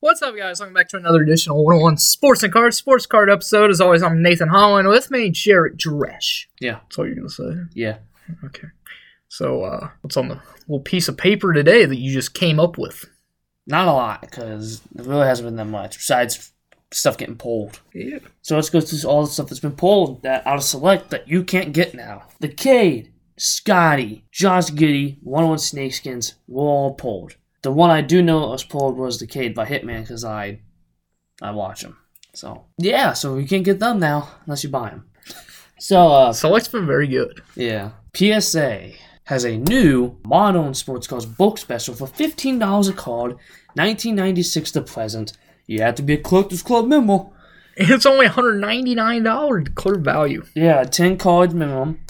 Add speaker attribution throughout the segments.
Speaker 1: What's up, guys? Welcome back to another edition of 101 Sports and Cars, Sports Card episode. As always, I'm Nathan Holland. With me, Jarrett Dresch.
Speaker 2: Yeah.
Speaker 1: That's all you're going to say.
Speaker 2: Yeah.
Speaker 1: Okay. So, uh, what's on the little piece of paper today that you just came up with?
Speaker 2: Not a lot, because there really hasn't been that much, besides stuff getting pulled.
Speaker 1: Yeah.
Speaker 2: So let's go through all the stuff that's been pulled that out of select that you can't get now. The Cade, Scotty, Josh Giddy, 101 Snakeskins were all pulled. The one I do know that was pulled was the Cade by Hitman, because I, I watch him. So, yeah, so you can't get them now unless you buy them. So, uh,
Speaker 1: Select's been very good.
Speaker 2: Yeah. PSA has a new modern sports cars bulk special for fifteen dollars a card, nineteen ninety six to present. You have to be a collector's club member.
Speaker 1: And it's only $199 clear value.
Speaker 2: Yeah, ten cards minimum,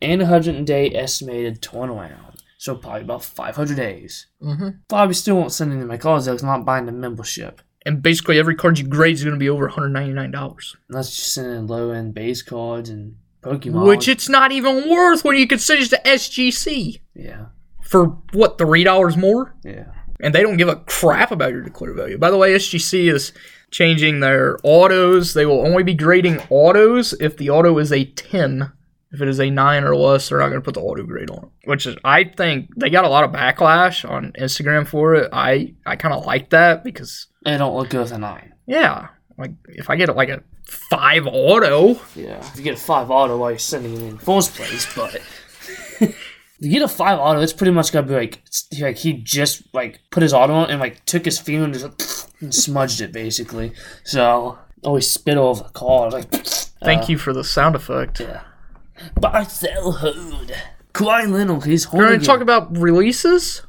Speaker 2: and a hundred day estimated turnaround. So probably about five hundred days.
Speaker 1: Mm-hmm.
Speaker 2: Probably still won't send any of my cards though, 'cause I'm not buying the membership.
Speaker 1: And basically, every card you grade is going to be over $199,
Speaker 2: Unless you send in low end base cards and Pokemon.
Speaker 1: which it's not even worth when you consider the SGC
Speaker 2: yeah,
Speaker 1: for what, $3 more?
Speaker 2: yeah.
Speaker 1: and they don't give a crap about your declared value. By the way, SGC is changing their autos. They will only be grading autos if the auto is a 10. If it is a 9 or less, they're not going to put the auto grade on it. Which is, I think, they got a lot of backlash on Instagram for it. I, I kind of like that because,
Speaker 2: They don't look good with a nine.
Speaker 1: yeah, like if I get like a 5 auto,
Speaker 2: Yeah. If you get a five auto while you're sending it in fourth place, but you get a five auto, that's pretty much gonna be like s- like he just like put his auto on and like took his finger and just and smudged it basically. So always spit all over the car. Like
Speaker 1: thank you for the sound effect.
Speaker 2: Barcel Hood. Kawhi Leonard, he's
Speaker 1: We're
Speaker 2: holding
Speaker 1: going to talk
Speaker 2: it.
Speaker 1: about releases.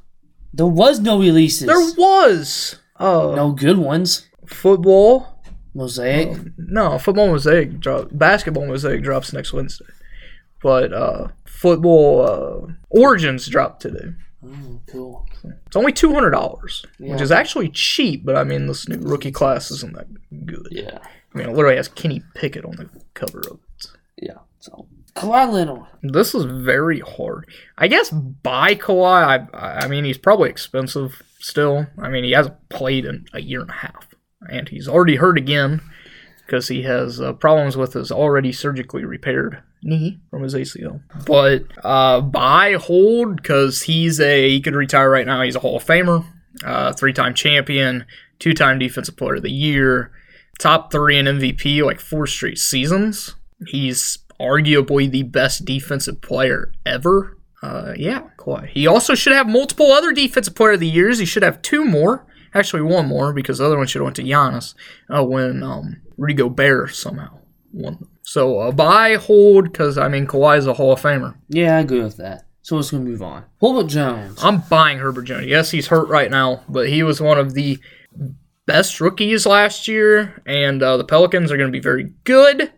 Speaker 2: There was no releases.
Speaker 1: There was uh,
Speaker 2: no good ones.
Speaker 1: football.
Speaker 2: Mosaic.
Speaker 1: No, football mosaic drop. Basketball mosaic drops next Wednesday, but uh, football uh, origins dropped today.
Speaker 2: Mm, cool.
Speaker 1: It's only two hundred dollars, which
Speaker 2: Yeah.
Speaker 1: is actually cheap. But I mean, this new rookie class isn't that good.
Speaker 2: Yeah.
Speaker 1: I mean, it literally has Kenny Pickett on the cover of it.
Speaker 2: Yeah. So Kawhi Leonard.
Speaker 1: This is very hard. I guess by Kawhi, I, I mean he's probably expensive still. I mean he hasn't played in a year and a half, and he's already hurt again because he has uh, problems with his already surgically repaired knee from his ACL. But uh, buy hold because he's a he could retire right now. He's a Hall of Famer, uh, three-time champion, two-time Defensive Player of the Year, top three in MVP like four straight seasons. He's arguably the best defensive player ever. Uh, yeah, Kawhi. He also should have multiple other defensive player of the years. He should have two more. Actually, one more because the other one should have went to Giannis uh, when um, Rudy Gobert somehow won. them. So uh, buy hold because I mean Kawhi is a Hall of Famer.
Speaker 2: Yeah, I agree with that. So let's gonna move on. Herbert Jones.
Speaker 1: I'm buying Herbert Jones. Yes, he's hurt right now, but he was one of the best rookies last year, and uh, the Pelicans are going to be very good.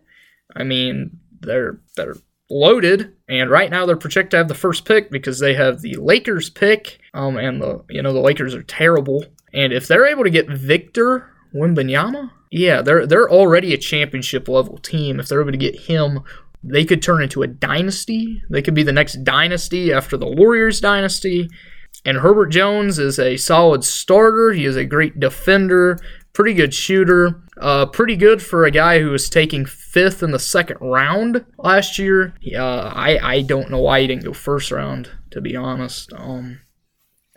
Speaker 1: I mean, they're they're loaded, and right now they're projected to have the first pick because they have the Lakers pick, um, and the you know the Lakers are terrible, and if they're able to get Victor Wimbanyama, yeah, they're they're already a championship level team. If they're able to get him they could turn into a dynasty. They could be the next dynasty after the Warriors dynasty. And Herbert Jones is a solid starter. He is a great defender, pretty good shooter, uh, pretty good for a guy who was taking fifth in the second round last year. Uh, I I don't know why he didn't go first round, to be honest. Um,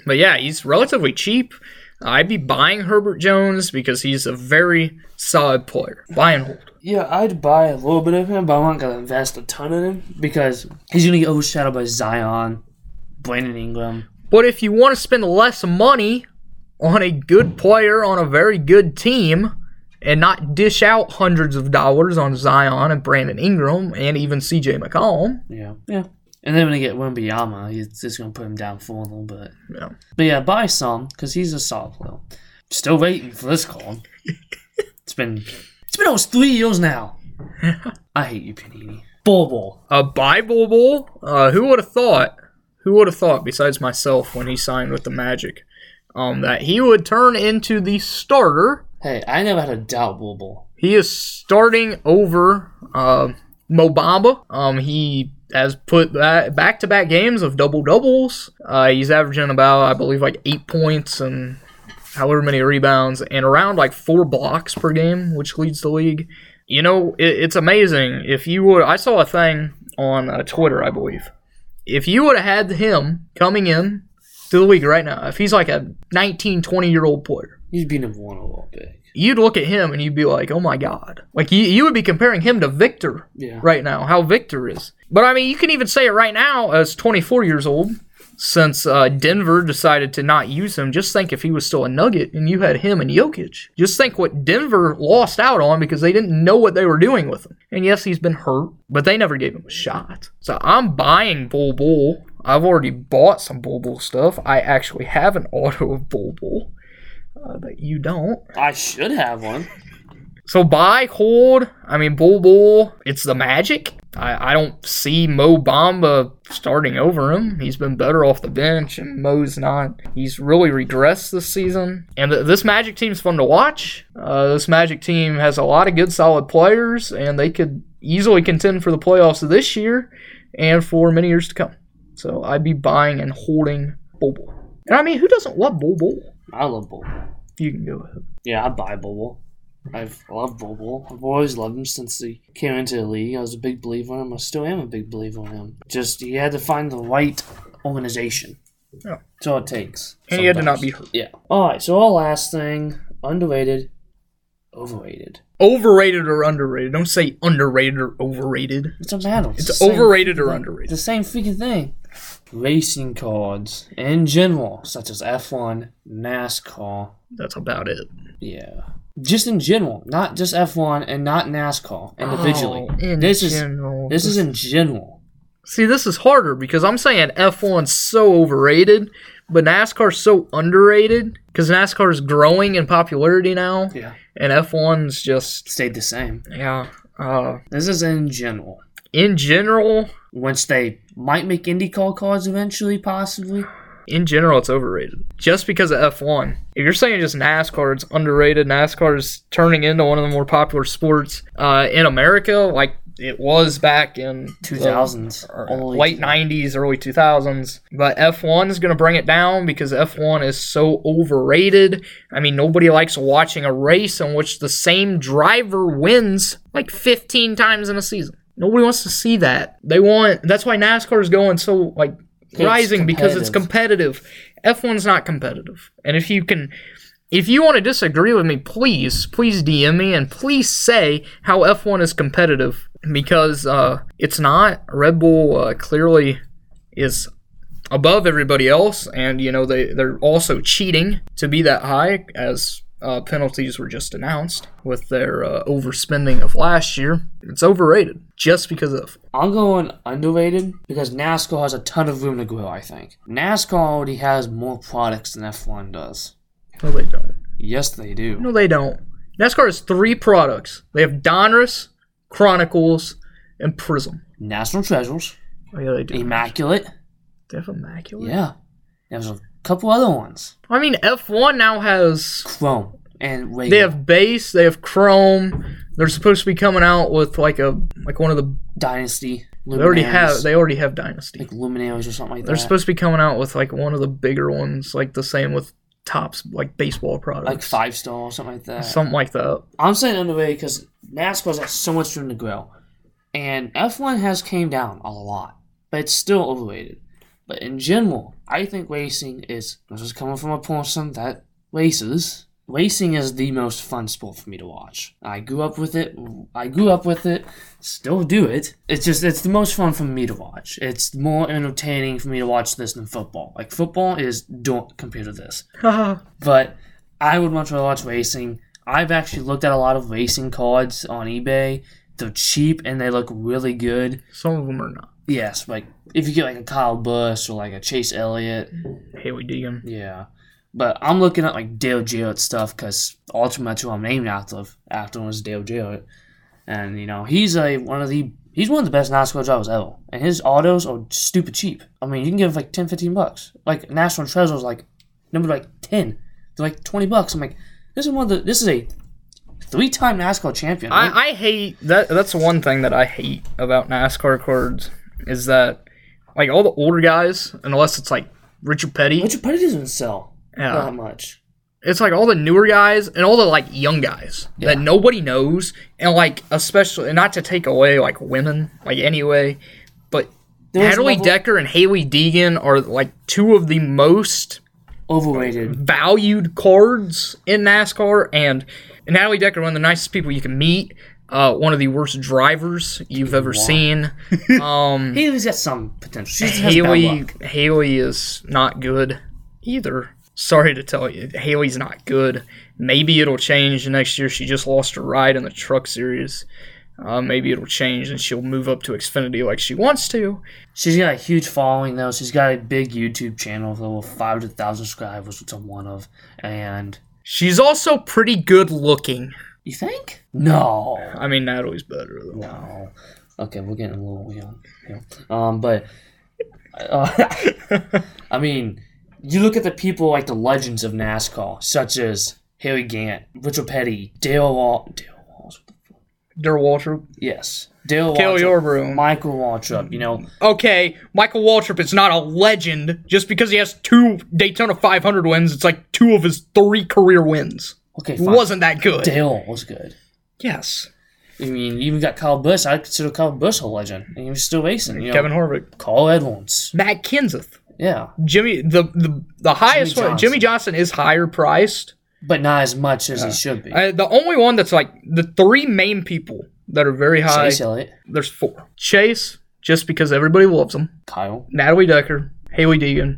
Speaker 1: but yeah, he's relatively cheap. I'd be buying Herbert Jones because he's a very solid player. Buy and hold.
Speaker 2: Yeah, I'd buy a little bit of him, but I'm not gonna invest a ton in him because he's gonna get overshadowed by Zion, Brandon Ingram.
Speaker 1: But if you want to spend less money on a good player on a very good team and not dish out hundreds of dollars on Zion and Brandon Ingram and even CJ McCollum,
Speaker 2: Yeah, yeah. And then when they get Wimbyama, he's just gonna put him down for a little bit.
Speaker 1: Yeah.
Speaker 2: But yeah, buy some because he's a solid player. Still waiting for this call. it's been it's been almost three years now. I hate you, Panini. Bobo.
Speaker 1: a Bible Bowl, uh, who would have thought? Who would have thought, besides myself, when he signed with the Magic, um, that he would turn into the starter?
Speaker 2: Hey, I never had a doubt, Bobo.
Speaker 1: He is starting over uh, Mobamba. Um, he has put that back-to-back games of double doubles. Uh, he's averaging about, I believe, like eight points and however many rebounds, and around like four blocks per game, which leads the league. You know, it, it's amazing. If you would, I saw a thing on uh, Twitter, I believe. If you would have had him coming in to the league right now, if he's like a 19, 20 year old player,
Speaker 2: He's be number one overall pick.
Speaker 1: you'd look at him and you'd be like, oh my God. Like, you, you would be comparing him to Victor
Speaker 2: Yeah.
Speaker 1: right now, how Victor is. But I mean, you can even say it right now as 24 years old, since uh, Denver decided to not use him. Just think if he was still a Nugget and you had him and Jokic. Just think what Denver lost out on because they didn't know what they were doing with him. And yes, he's been hurt, but they never gave him a shot. So I'm buying Bull Bull. I've already bought some Bull Bull stuff. I actually have an auto of Bull Bull. Uh, that you don't.
Speaker 2: I should have one.
Speaker 1: So buy, hold. I mean, Bull Bull. It's the magic. I, I don't see Mo Bamba starting over him. He's been better off the bench, and Mo's not. He's really regressed this season. And th- this Magic team's fun to watch. Uh, this Magic team has a lot of good, solid players, and they could easily contend for the playoffs this year and for many years to come. So I'd be buying and holding Bull Bull. And I mean, who doesn't love Bull Bull?
Speaker 2: I love Bull. Bull.
Speaker 1: You can go with it.
Speaker 2: Yeah, I buy Bull. Bull. I've loved Bull. Bull. I've always loved him since he came into the league. I was a big believer in him. I still am a big believer in him. Just he had to find the right organization.
Speaker 1: Yeah.
Speaker 2: That's all it takes.
Speaker 1: And he had to not
Speaker 2: sometimes.
Speaker 1: be hurt.
Speaker 2: Yeah. All right. So our last thing: underrated, overrated.
Speaker 1: overrated or underrated. Don't say underrated or overrated.
Speaker 2: It doesn't matter.
Speaker 1: It's
Speaker 2: the same
Speaker 1: overrated or
Speaker 2: freaking-
Speaker 1: underrated.
Speaker 2: The same freaking thing. Racing cards in general, such as F1, NASCAR.
Speaker 1: That's about it.
Speaker 2: Yeah. Just in general, not just F1 and not NASCAR individually.
Speaker 1: Oh, in
Speaker 2: this
Speaker 1: general.
Speaker 2: is this is in general.
Speaker 1: See, this is harder because I'm saying F1's so overrated, but NASCAR's so underrated because NASCAR is growing in popularity now,
Speaker 2: Yeah.
Speaker 1: and F1's just
Speaker 2: Stayed the same.
Speaker 1: yeah. Uh,
Speaker 2: This is in general.
Speaker 1: in general,
Speaker 2: Once they might make IndyCar cards eventually, possibly.
Speaker 1: in general, it's overrated just because of F1. If you're saying just NASCAR, it's underrated. NASCAR is turning into one of the more popular sports uh, in America, like it was back in
Speaker 2: Two
Speaker 1: the-
Speaker 2: thousands.
Speaker 1: or late 90s, early 2000s. But F1 is going to bring it down because F1 is so overrated. I mean, nobody likes watching a race in which the same driver wins like 15 times in a season. Nobody wants to see that. They want that's why NASCAR is going so like rising because it's competitive. F1's not competitive. And if you can if you want to disagree with me, please, please DM me and please say how F1 is competitive because uh, it's not. Red Bull uh, clearly is above everybody else, and you know they they're also cheating to be that high as. Uh, penalties were just announced with their uh, overspending of last year. It's overrated just because of
Speaker 2: I'm going underrated because NASCAR has a ton of room to grow. I think NASCAR already has more products than F1 does.
Speaker 1: no, they don't.
Speaker 2: Yes, they do.
Speaker 1: No, they don't. NASCAR has three products. They have Donruss, Chronicles, and Prism.
Speaker 2: National Treasures,
Speaker 1: Oh yeah, they do.
Speaker 2: Immaculate.
Speaker 1: They have Immaculate.
Speaker 2: Yeah, there's a couple other ones.
Speaker 1: I mean, F1 now has.
Speaker 2: Chrome and Raven.
Speaker 1: They have base. They have Chrome. They're supposed to be coming out with like a like one of the.
Speaker 2: Dynasty.
Speaker 1: They already have.
Speaker 2: Luminaries,
Speaker 1: They already have Dynasty.
Speaker 2: like Luminaries or something like
Speaker 1: They're
Speaker 2: that.
Speaker 1: supposed to be coming out with like one of the bigger ones, like the same with tops like baseball products,
Speaker 2: like five star or something like that.
Speaker 1: something like that.
Speaker 2: I'm saying underrated because NASCAR's got so much room to grow, and F1 has came down a lot, but it's still overrated. But in general, I think racing is this is coming from a person that races. Racing is the most fun sport for me to watch. I grew up with it. I grew up with it. Still do it. It's just it's the most fun for me to watch. It's more entertaining for me to watch this than football. Like football is don't compared to this but I would much rather watch racing. I've actually looked at a lot of racing cards on eBay. They're cheap and they look really good.
Speaker 1: Some of them are not.
Speaker 2: Yes, like if you get like a Kyle Busch or like a Chase Elliott,
Speaker 1: Haley Deegan.
Speaker 2: yeah. But I'm looking at like Dale Jarrett stuff because ultimately who I'm named after after was Dale Jarrett, and you know he's a one of the he's one of the best NASCAR drivers ever, and his autos are stupid cheap. I mean you can give like 10, 15 bucks. Like National Treasure's like number like ten, they're like twenty bucks. I'm like this is one of the this is a three time NASCAR champion. Like,
Speaker 1: I, I hate that. That's one thing that I hate about NASCAR cards is that like all the older guys, unless it's like Richard Petty,
Speaker 2: Richard Petty doesn't sell
Speaker 1: yeah,
Speaker 2: that much.
Speaker 1: it's like all the newer guys and all the like young guys
Speaker 2: Yeah.
Speaker 1: that nobody knows and like especially and not to take away like women like anyway but
Speaker 2: There was
Speaker 1: Natalie
Speaker 2: level-
Speaker 1: Decker and Haley Deegan are like two of the most Mm-hmm.
Speaker 2: Overrated.
Speaker 1: valued cards in NASCAR and Natalie Decker one of the nicest people you can meet uh, one of the worst drivers you've ever seen um
Speaker 2: Haley's got some potential. She's just has bad
Speaker 1: Haley
Speaker 2: luck.
Speaker 1: Haley is not good either. Sorry to tell you, Haley's not good. Maybe it'll change next year. She just lost her ride in the Truck Series. Uh, maybe it'll change and she'll move up to Xfinity like she wants to.
Speaker 2: She's got a huge following though. She's got a big YouTube channel with over five hundred thousand subscribers, which I'm one of. And
Speaker 1: She's also pretty good looking.
Speaker 2: you think? No.
Speaker 1: I mean, Natalie's better though.
Speaker 2: No. Okay, we're getting a little wheel. Um, but uh, I mean, you look at the people like the legends of NASCAR, such as Harry Gant, Richard Petty, Dale Wall, Dale Walsh.
Speaker 1: Der Waltrip,
Speaker 2: Yes, Dale
Speaker 1: Dale
Speaker 2: Walsh,
Speaker 1: Yarbrough.
Speaker 2: Michael Waltrip. You know,
Speaker 1: Okay, Michael Waltrip is not a legend just because he has two Daytona 500 wins. It's like two of his three career wins.
Speaker 2: okay,
Speaker 1: He
Speaker 2: fine.
Speaker 1: wasn't that good.
Speaker 2: Dale was good.
Speaker 1: Yes.
Speaker 2: I mean, you even got Kyle Busch. I consider Kyle Busch a legend, and he was still racing. You know,
Speaker 1: Kevin Harvick,
Speaker 2: Carl Edwards.
Speaker 1: Matt Kenseth,
Speaker 2: Yeah,
Speaker 1: Jimmy the the, the highest
Speaker 2: Jimmy
Speaker 1: one. Jimmy Johnson is higher priced.
Speaker 2: but not as much as he should be.
Speaker 1: Uh, the only one that's like the three main people that are very high.
Speaker 2: Chase Elliott,
Speaker 1: There's four. Chase, just because everybody loves him.
Speaker 2: Kyle.
Speaker 1: Natalie Decker, Haley Deegan,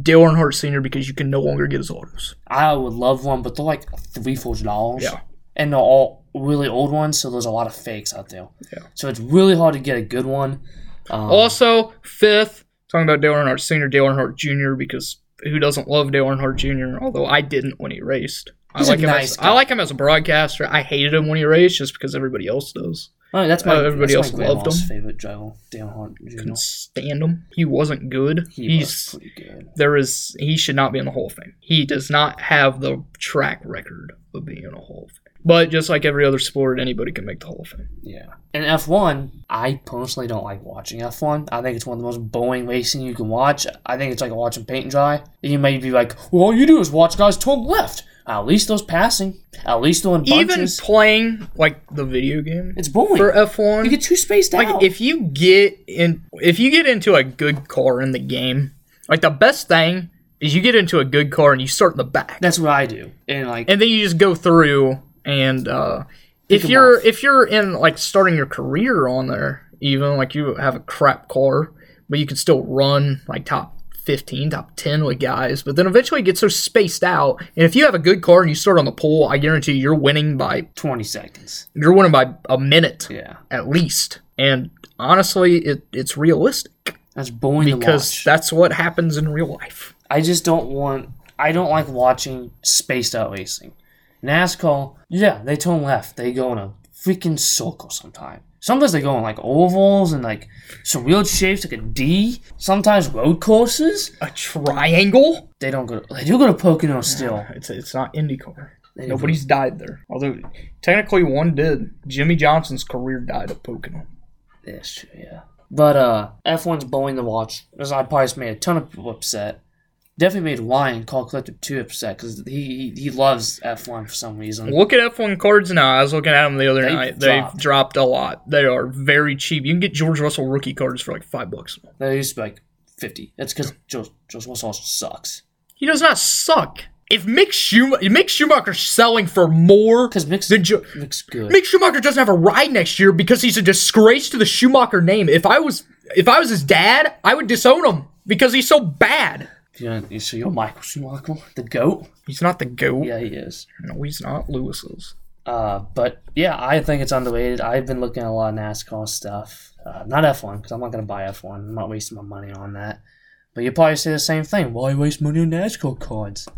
Speaker 1: Dale Earnhardt Sr. because you can no longer get his autos.
Speaker 2: I would love one, but they're like three, four dollars.
Speaker 1: Yeah.
Speaker 2: And they're all really old ones, so there's a lot of fakes out there.
Speaker 1: Yeah.
Speaker 2: So it's really hard to get a good one. Um,
Speaker 1: Also, fifth, talking about Dale Earnhardt Sr., Dale Earnhardt Jr. because who doesn't love Dale Earnhardt Jr. Although I didn't when he raced. I
Speaker 2: He's a
Speaker 1: like him.
Speaker 2: nice
Speaker 1: as,
Speaker 2: guy.
Speaker 1: I like him as a broadcaster. I hated him when he raced just because everybody else does.
Speaker 2: all right, that's my
Speaker 1: uh, everybody
Speaker 2: that's
Speaker 1: else
Speaker 2: my
Speaker 1: loved
Speaker 2: grandma's
Speaker 1: him.
Speaker 2: favorite driver, Dale Hunt. You know,
Speaker 1: couldn't stand him. He wasn't good.
Speaker 2: he
Speaker 1: He's
Speaker 2: was pretty good.
Speaker 1: there is he should not be in the Hall of Fame. He does not have the track record of being in a Hall of Fame. But just like every other sport, anybody can make the Hall of Fame.
Speaker 2: Yeah. And F one, I personally don't like watching F one. I think it's one of the most boring racing you can watch. I think it's like watching paint dry. You may be like, well, all you do is watch guys turn left. At least those passing. At least they're in
Speaker 1: Even
Speaker 2: bunches.
Speaker 1: playing like the video game
Speaker 2: it's boring.
Speaker 1: for F one.
Speaker 2: you get too spaced out.
Speaker 1: Like if you get in if you get into a good car in the game, like the best thing is you get into a good car and you start in the back.
Speaker 2: That's what I do. And like,
Speaker 1: and then you just go through and uh, if
Speaker 2: 'em
Speaker 1: you're if you're in like starting your career on there even like you have a crap car but you can still run like top 15 top 10 with guys but then eventually you get so spaced out and if you have a good car and you start on the pole i guarantee you're winning by
Speaker 2: 20 seconds.
Speaker 1: you're winning by a minute
Speaker 2: Yeah.
Speaker 1: at least and honestly it, it's realistic
Speaker 2: That's boring
Speaker 1: because
Speaker 2: to watch.
Speaker 1: that's what happens in real life
Speaker 2: I just don't want, I don't like watching spaced out racing. NASCAR, yeah, they turn left. They go in a freaking circle sometime. Sometimes they go in like ovals and like some weird shapes like a D. Sometimes road courses.
Speaker 1: a triangle
Speaker 2: They don't go, they do go to Pocono still.
Speaker 1: it's, it's not indycar
Speaker 2: They don't-
Speaker 1: Nobody's died there. Although technically one did. Jimmy Johnson's career died at Pocono.
Speaker 2: That's true, yeah. But uh, F1's boring to watch. As I probably just made a ton of people upset. Definitely made Ryan Call Collective 2 upset because he, he he loves F1 for some reason.
Speaker 1: Look at F1 cards now. I was looking at them the other
Speaker 2: They've
Speaker 1: night.
Speaker 2: dropped.
Speaker 1: They've dropped a lot. They are very cheap. You can get George Russell rookie cards for like five bucks.
Speaker 2: They used to be like 50. That's because George, George Russell sucks.
Speaker 1: He does not suck. If Mick Schumacher, Mick Schumacher's selling for more
Speaker 2: Because Mick's,
Speaker 1: than jo-
Speaker 2: Mick's good.
Speaker 1: Mick Schumacher doesn't have a ride next year because he's a disgrace to the Schumacher name. If I was if I was his dad, I would disown him because he's so bad.
Speaker 2: Yeah, you- so you're Michael Schumacher, the GOAT?
Speaker 1: He's not the goat.
Speaker 2: Yeah, he is.
Speaker 1: No, he's not. Lewis is.
Speaker 2: Uh, but yeah, I think it's underrated. I've been looking at a lot of NASCAR stuff. Uh, not F1, because I'm not going to buy F1. I'm not wasting my money on that. But you probably say the same thing. Why waste money on NASCAR cards?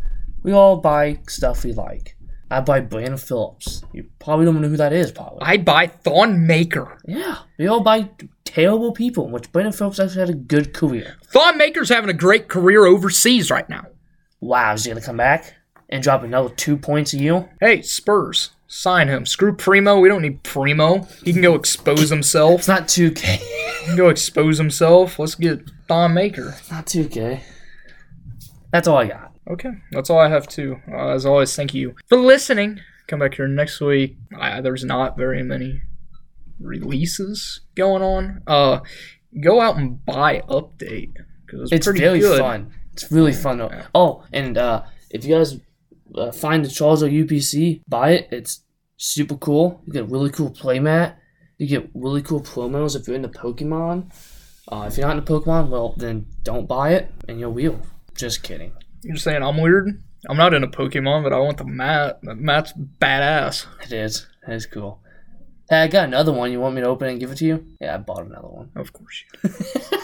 Speaker 2: We all buy stuff we like. I buy Brandon Phillips. You probably don't know who that is, probably.
Speaker 1: I buy Thon Maker.
Speaker 2: yeah, we all buy terrible people, which Brandon Phillips actually had a good career.
Speaker 1: Thon Maker's having a great career overseas right now.
Speaker 2: Wow, is he going to come back and drop another two points a year?
Speaker 1: Hey, Spurs, sign him. Screw Primo. We don't need Primo. He can go expose himself.
Speaker 2: It's not 2K.
Speaker 1: He can go expose himself. Let's get Thon Maker.
Speaker 2: not 2K. That's all I got.
Speaker 1: Okay, that's all I have too. Uh, as always, thank you for listening. Come back here next week. Uh, there's not very many releases going on. Uh, go out and buy Update because it's,
Speaker 2: It's
Speaker 1: pretty
Speaker 2: really
Speaker 1: good.
Speaker 2: fun. It's really fun. Though. Oh, and uh, if you guys uh, find the Charles UPC, buy it. It's super cool. You get a really cool playmat. You get really cool promos if you're into Pokemon. Uh, if you're not into Pokemon, well, then don't buy it and you'll wheel. Just kidding.
Speaker 1: You're saying I'm weird. I'm not into Pokemon, but I want the mat. The mat's badass.
Speaker 2: It is. It is cool. Hey, I got another one. You want me to open it and give it to you? Yeah, I bought another one.
Speaker 1: Of course. You do.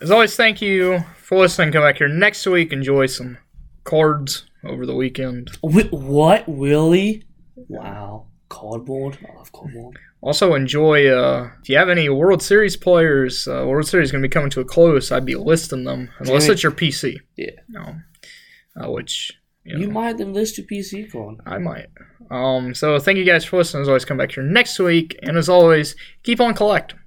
Speaker 1: As always, thank you for listening. Come back here next week. Enjoy some cards over the weekend.
Speaker 2: what, Willie? Wow. Cardboard? I love cardboard.
Speaker 1: Also enjoy. Uh, if you have any World Series players, uh, World Series is going to be coming to a close. I'd be listing them unless
Speaker 2: Jimmy.
Speaker 1: it's your PC.
Speaker 2: Yeah.
Speaker 1: No. Uh, which you,
Speaker 2: You
Speaker 1: know,
Speaker 2: might then list your PC card.
Speaker 1: I might. Um. So thank you guys for listening. As always, come back here next week. And as always, keep on collecting.